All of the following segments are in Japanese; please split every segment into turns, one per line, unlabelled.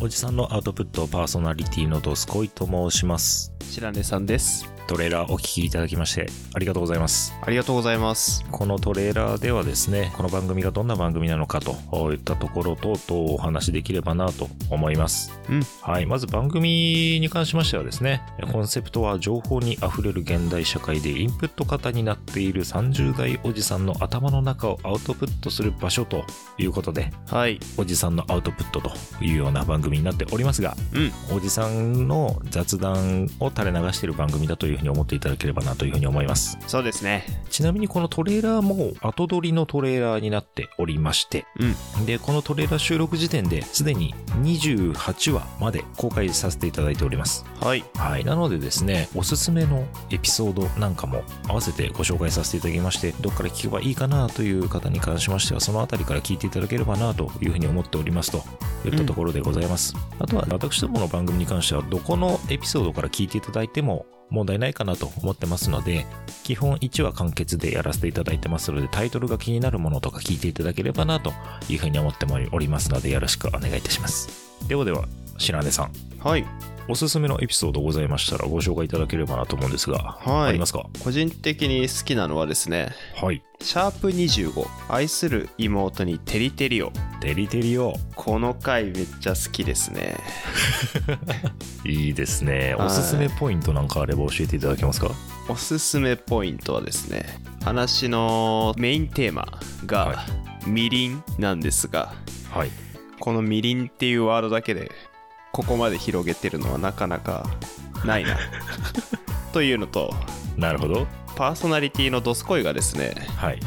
おじさんのアウトプットパーソナリティのドスコイと申します
白根さんです。
トレーラーお聞きいただきましてありがとうございます
ありがとうございます。
このトレーラーではですねこの番組がどんな番組なのかといったところ等々お話しできればなと思います、
うん
はい、まず番組に関しましてはですねコンセプトは情報にあふれる現代社会でインプット型になっている30代おじさんの頭の中をアウトプットする場所ということで
はい。
おじさんのアウトプットというような番組になっておりますが
うん。
おじさんの雑談を垂れ流している番組だというふうに思っていただければなというふうに思います
そうですね。
ちなみにこのトレーラーも後撮りのトレーラーになっておりまして、で、このトレーラー収録時点ですでに28話まで公開させていただいております。
はい。
はい。なのでですね、おすすめのエピソードなんかも合わせてご紹介させていただきまして、どっから聞けばいいかなという方に関しましては、そのあたりから聞いていただければなというふうに思っておりますといったところでございます。あとは私どもの番組に関しては、どこのエピソードから聞いていただいても問題ないかなと思ってますので、基本1話完結でやらせていただいてますので、タイトルが気になるものとか聞いていただければなというふうに思っておりますので、よろしくお願いいたします。ではでは、白根さん。
はい。
おすすめのエピソードございましたらご紹介いただければなと思うんですが、
はい
ありますか
個人的に好きなのはですね、
はい。
シャープ25、愛する妹にテリテリを。
テリテリを。
この回めっちゃ好きですね。
いいですね。
はい
おすすめポイントなんかあれば教えていただけますか
おすすめポイントはですね、話のメインテーマが、
は
みりんなんですが、
はい。
このみりんっていうワードだけで、ここまで広げてるのはなかなかない な。というのと、
なるほど。
パーソナリティのドスコイがですね
はい。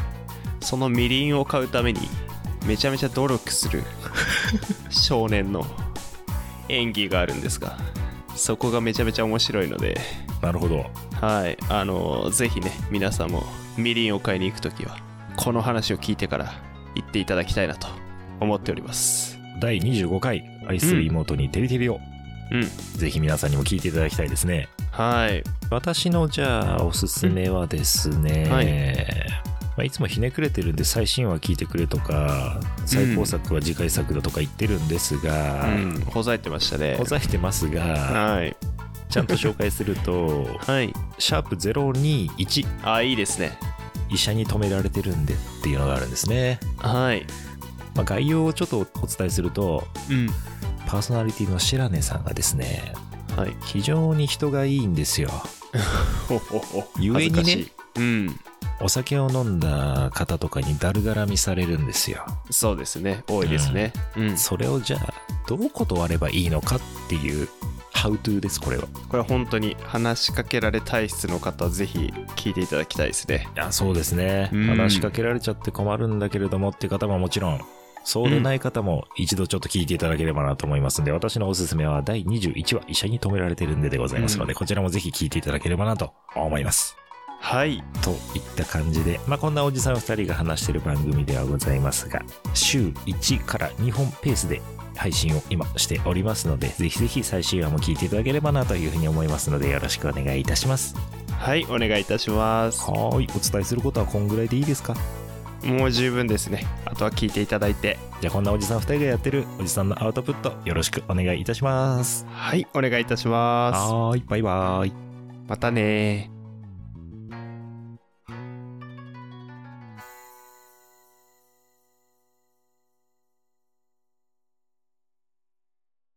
そのみりんを買うためにめちゃめちゃ努力 する少年の演技があるんですがそこがめちゃめちゃ面白いので
なるほど。
はいあのぜひね皆さんもみりんを買いに行く時はこの話を聞いてから行っていただきたいなと思っております
第25回、愛する妹にテリテリを。
うん
ぜひ皆さんにも聞いていただきたいですね。
はい
私のじゃあおすすめはですね、
うんはい
まあ、いつもひねくれてるんで最新話聞いてくれとか最高作は次回作だとか言ってるんです
う
が、
んほざいてましたね
ほざいてますが、
はい
ちゃんと紹介すると
はい
シャープ021
あいいですね
医者に止められてるんでっていうのがあるんですね、
はい
まあ、概要をちょっとお伝えすると
うん
パーソナリティの白根さんがですね
はい
非常に人がいいんですよ
ほほほ
ゆえにね
恥ずかしいうん
お酒を飲んだ方とかにだるがらみされるんですよ
そうですね多いですねうん、
それをじゃあどう断ればいいのかっていうハウトゥーですこれは
これは本当に話しかけられ体質の方はぜひ聞いていただきたいですね
いやそうですね
うん
話しかけられちゃって困るんだけれどもっていう方ももちろんそうでない方も一度ちょっと聞いていただければなと思いますんで、私のおすすめは第21話医者に止められてるんででございますので、こちらもぜひ聞いていただければなと思います
はい
といった感じで、まあ、こんなおじさん2人が話してる番組ではございますが週1から2本ペースで配信を今しておりますのでぜひぜひ最新話も聞いていただければなというふうに思いますのでよろしくお願いいたします
はいお願いいたします
はーいお伝えすることはこんぐらいでいいですか
もう十分ですねあとは聞いていただいて
じゃあこんなおじさん2人がやってるおじさんのアウトプットよろしくお願いいたします
はいお願いいたします
はーいバイバイ
またねー